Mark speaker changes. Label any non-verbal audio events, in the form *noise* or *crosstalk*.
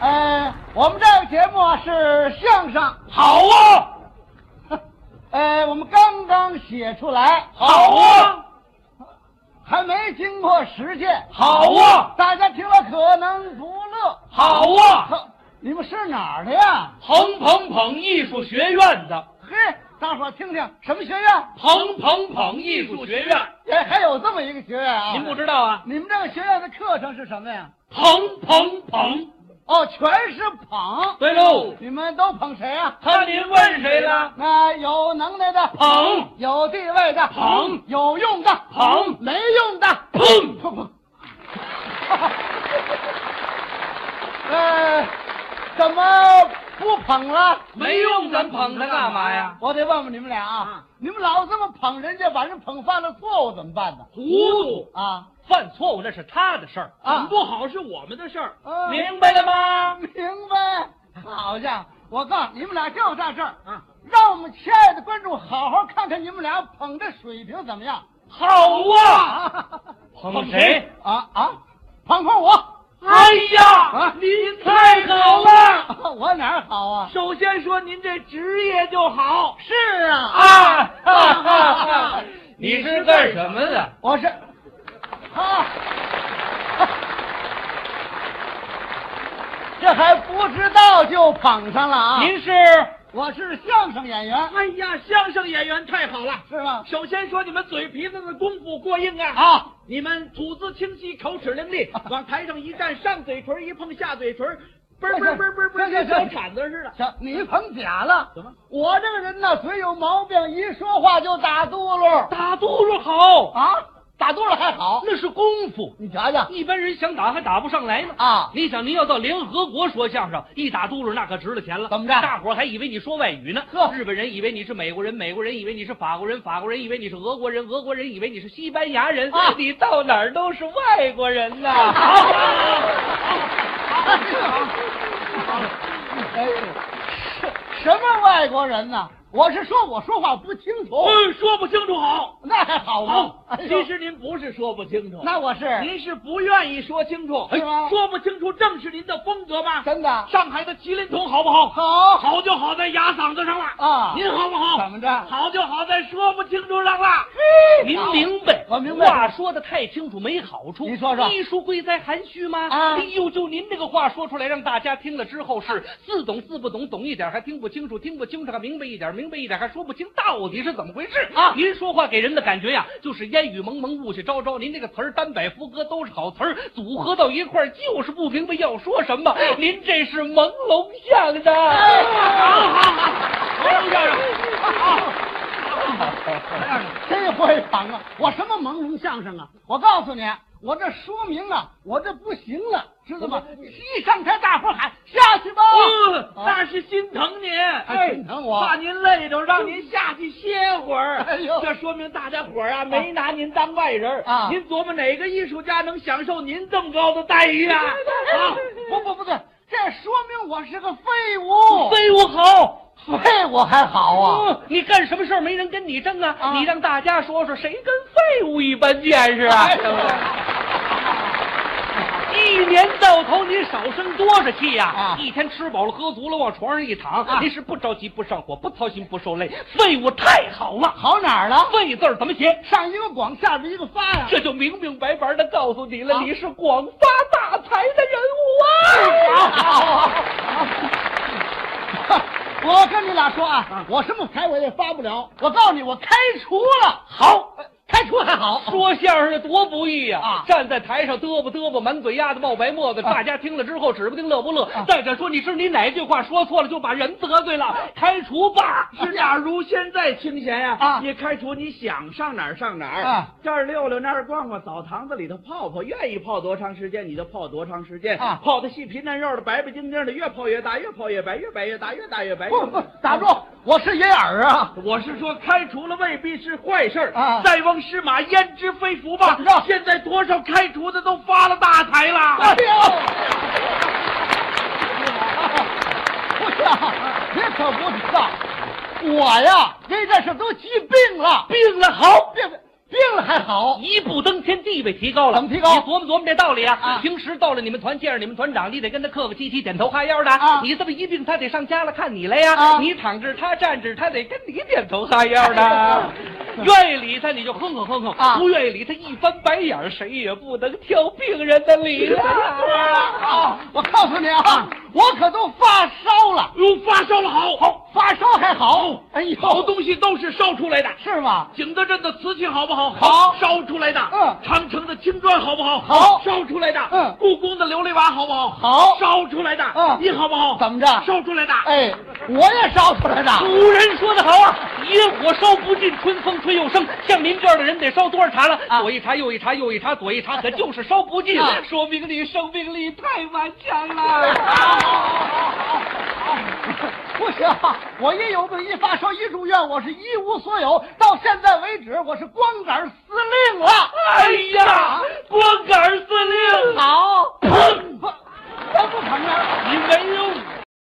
Speaker 1: 呃我们这个节目啊是相声， *laughs*
Speaker 2: 好啊，
Speaker 1: 呃，我们刚刚写出来，
Speaker 2: 好啊，
Speaker 1: 还没经过实践，
Speaker 2: 好啊，
Speaker 1: 大家听了可能不乐。
Speaker 2: 好啊！
Speaker 1: 呵，你们是哪儿的呀？
Speaker 2: 彭彭彭艺术学院的
Speaker 1: 嘿，大伙儿听听，什么学院？
Speaker 2: 彭彭彭艺术学院，
Speaker 1: 哎，还有这么一个学院啊？
Speaker 2: 您不知道啊？
Speaker 1: 你们这个学院的课程是什么呀？
Speaker 2: 彭彭彭，
Speaker 1: 哦，全是捧，
Speaker 2: 对喽。
Speaker 1: 你们都捧谁啊？
Speaker 2: 看您问谁了？
Speaker 1: 那哎有能耐的
Speaker 2: 捧
Speaker 1: 有地位的
Speaker 2: 捧
Speaker 1: 有用的
Speaker 2: 捧
Speaker 1: 没用的
Speaker 2: 砰！
Speaker 1: 砰 *laughs* 砰。呃，怎么不捧了？
Speaker 2: 没用，咱捧他干嘛呀？
Speaker 1: 我得问问你们俩啊，你们老这么捧人家，把人捧犯了错误怎么办呢？
Speaker 2: 糊涂，
Speaker 1: 啊，
Speaker 2: 犯错误那是他的事儿，
Speaker 1: 啊
Speaker 2: 不好是我们的事儿
Speaker 1: 嗯
Speaker 2: 明白了吗？
Speaker 1: 明白？好家伙，我告诉你们俩就在这儿
Speaker 2: 啊，
Speaker 1: 让我们亲爱的观众好好看看你们俩捧的水平怎么样。
Speaker 2: 好啊！
Speaker 1: 啊 *laughs*
Speaker 2: 捧谁？
Speaker 1: 啊啊！捧捧我，
Speaker 2: 哎呀
Speaker 1: 啊，
Speaker 2: 您太好了！
Speaker 1: *laughs* 我哪儿好啊？
Speaker 2: 首先说您这职业就好
Speaker 1: 是啊
Speaker 2: 啊！哈哈
Speaker 1: *laughs*
Speaker 2: 哈！你是干什么的？
Speaker 1: 我是啊， *laughs* 这还不知道就捧上了啊！
Speaker 2: 您是？哎
Speaker 1: 我是相声演 *laughs* 员，
Speaker 2: 呀，相声演员太好了！
Speaker 1: 是吗？
Speaker 2: 首先说你们嘴皮子的功夫过硬啊！
Speaker 1: 啊，
Speaker 2: 你们吐字清晰，口齿伶俐，往台上一站，上嘴唇一碰，下嘴唇，嘣儿嘣儿嘣儿嘣儿嘣儿，
Speaker 1: 行行
Speaker 2: 跟
Speaker 1: 行
Speaker 2: 小铲子似的。
Speaker 1: 行，你捧假了。
Speaker 2: 怎么？
Speaker 1: 我这个人呢，嘴有毛病，一说话就打嘟噜
Speaker 2: 打嘟噜好，
Speaker 1: 啊，打嘟噜还好，
Speaker 2: 那是功夫，
Speaker 1: 你瞧瞧
Speaker 2: 一般人想打还打不上来呢。
Speaker 1: 啊，
Speaker 2: 你想，您要到联合国说相声，一打嘟噜那可值了钱了。
Speaker 1: 怎么着
Speaker 2: 大伙儿还以为你说外语呢。
Speaker 1: 呵
Speaker 2: 日本人以为你是美国人，美国人以为你是法国人，法国人以为你是俄国人，俄国人以为你是西班牙人。
Speaker 1: 啊
Speaker 2: 你到哪儿都是外国人呐。 *laughs*
Speaker 1: 哎呦，什什么外国人呢？我是说我说话不清楚，
Speaker 2: 嗯，说不清楚好。
Speaker 1: 那还好吗
Speaker 2: 好？，啊
Speaker 1: 哎呦
Speaker 2: 哦其实您不是说不清楚，
Speaker 1: 那我是
Speaker 2: 您是不愿意说清楚，
Speaker 1: 是吗
Speaker 2: 哎说不清楚正是您的风格吧？
Speaker 1: 真的
Speaker 2: 上海的麒麟童好不好？
Speaker 1: 好
Speaker 2: 好就好在压嗓子上了
Speaker 1: 啊
Speaker 2: 您好不好？
Speaker 1: 怎么着
Speaker 2: 好就好在说不清楚上了。您
Speaker 1: 好
Speaker 2: 明白，
Speaker 1: 我明白
Speaker 2: 话说的太清楚没好处。
Speaker 1: 你说说
Speaker 2: 艺术贵在含蓄吗？
Speaker 1: 啊
Speaker 2: 哎呦，就您这个话说出来，让大家听了之后是似懂似不懂，懂一点还听不清楚，听不清楚还明白一点，明白一点还说不清到底是怎么回事
Speaker 1: 啊
Speaker 2: 您说话给人的感觉呀，就是烟雨蒙蒙，雾气昭昭。您这个词儿单摆副歌都是好词儿，组合到一块儿就是不明白要说什么。您这是朦胧相的。
Speaker 1: 哎
Speaker 2: 好好好，朦胧相声。好
Speaker 1: *laughs* 真会捧啊！我什么朦胧相声啊？我告诉你，我这说明啊，我这不行了，知道吗？
Speaker 2: 嗯
Speaker 1: 一上台，大伙喊下去吧。
Speaker 2: 哦，
Speaker 1: 啊
Speaker 2: 那是心疼您，
Speaker 1: 哎心疼我嗯
Speaker 2: 怕您累着，让您下去歇会儿。
Speaker 1: 哎呦
Speaker 2: 这说明大家伙儿啊，没拿您当外人儿
Speaker 1: 啊
Speaker 2: 您琢磨哪个艺术家能享受您这么高的待遇啊？啊，
Speaker 1: 不不不对，这说明我是个废物。
Speaker 2: 废物哦好。
Speaker 1: 废物还哦好啊。
Speaker 2: 嗯，你干什么事儿没人跟你争啊？
Speaker 1: 啊
Speaker 2: 你让大家说说，谁跟废物一般见识啊？
Speaker 1: 哎呦
Speaker 2: 一年到头您少生多少气呀、
Speaker 1: 啊
Speaker 2: 一天吃饱了喝足了，往床上一躺，
Speaker 1: 啊
Speaker 2: 您是不着急不上火，不操心不受累，废物太好了。
Speaker 1: 好哪儿了？
Speaker 2: 废字儿怎么写？
Speaker 1: 上一个广，下边一个发呀、
Speaker 2: 这就明明白白的告诉你了，
Speaker 1: 啊
Speaker 2: 你是广发大财的人物啊！
Speaker 1: 我跟你俩说啊，我什么牌我也发不了。我告诉你，我开除了。
Speaker 2: 好
Speaker 1: 呃，开除还好。
Speaker 2: 说相声的多不易呀、
Speaker 1: 啊
Speaker 2: 站在台上嘚吧嘚吧，满嘴丫子冒白沫子，
Speaker 1: 啊
Speaker 2: 大家听了之后指不定乐不乐。
Speaker 1: 啊
Speaker 2: 再者说，你知你哪句话说错了，就把人得罪了，开除吧。
Speaker 1: 哎是
Speaker 2: 假如现在清闲呀、
Speaker 1: 啊
Speaker 2: 你开除，你想上哪儿上哪儿
Speaker 1: 啊
Speaker 2: 这儿溜溜，那儿逛逛，澡堂子里头泡泡，愿意泡多长时间你就泡多长时间
Speaker 1: 啊
Speaker 2: 泡的细皮嫩肉的，白白净净的，越泡越大，越泡越白，越白越大，越大越白。
Speaker 1: 不不，打住！我是银耳啊。
Speaker 2: 我是说，开除了未必是坏事儿
Speaker 1: 啊
Speaker 2: 塞翁失马，焉知非福吧
Speaker 1: 怎么着
Speaker 2: 现在多少开除的都发了大财了。
Speaker 1: 哎呦！不是啊，你可不知道，我呀，因为这事都急病了，
Speaker 2: 病了好，
Speaker 1: 病病了还好，
Speaker 2: 一步登天，地位提高了。
Speaker 1: 怎么提高
Speaker 2: 你琢磨琢磨这道理啊！
Speaker 1: 啊
Speaker 2: 平时到了你们团，见着你们团长，你得跟他客客气气、点头哈腰的。
Speaker 1: 啊
Speaker 2: 你这么一病，他得上家了看你来呀、
Speaker 1: 啊
Speaker 2: 你躺着，他站着，他得跟你点头哈腰的。
Speaker 1: *laughs*
Speaker 2: 愿意理他你就哼哼哼哼，
Speaker 1: 啊
Speaker 2: 不愿意理他一翻白眼儿，谁也不能挑病人的理
Speaker 1: *laughs*
Speaker 2: 了。
Speaker 1: 啊！我告诉你啊，我可都发烧了，
Speaker 3: 哟，发烧了好，好，
Speaker 1: 发烧还好，哎呦，
Speaker 3: 好东西都是烧出来的。
Speaker 1: 是吗？
Speaker 3: 景德镇的瓷器好不好？
Speaker 1: 好
Speaker 3: 烧出来的。
Speaker 1: 嗯
Speaker 3: 长城的青砖好不好？
Speaker 1: 好
Speaker 3: 烧出来的。
Speaker 1: 嗯
Speaker 3: 故宫的琉璃瓦好不好？
Speaker 1: 好
Speaker 3: 烧出来的。
Speaker 1: 嗯
Speaker 3: 啊你好不好？
Speaker 1: 怎么着？
Speaker 3: 烧出来的。
Speaker 1: 哎，我也烧出来的。 *laughs*
Speaker 2: 古人说得好啊，
Speaker 1: 嗯
Speaker 2: 野火烧不尽，春风吹又生。像您这样的人得烧多少茶了？
Speaker 1: 啊
Speaker 2: 左一茶，右一茶，右一茶，左一茶，可就是烧不尽，
Speaker 1: 啊
Speaker 2: 说明你生命力太顽强了。
Speaker 1: 啊不行，我一有病一发烧一住院，我是一无所有。到现在为止，我是光杆司令了。
Speaker 3: 哎
Speaker 2: 哎呀，光杆司令，
Speaker 3: 啊
Speaker 1: *coughs* 好，砰！不，咱不捧了。啊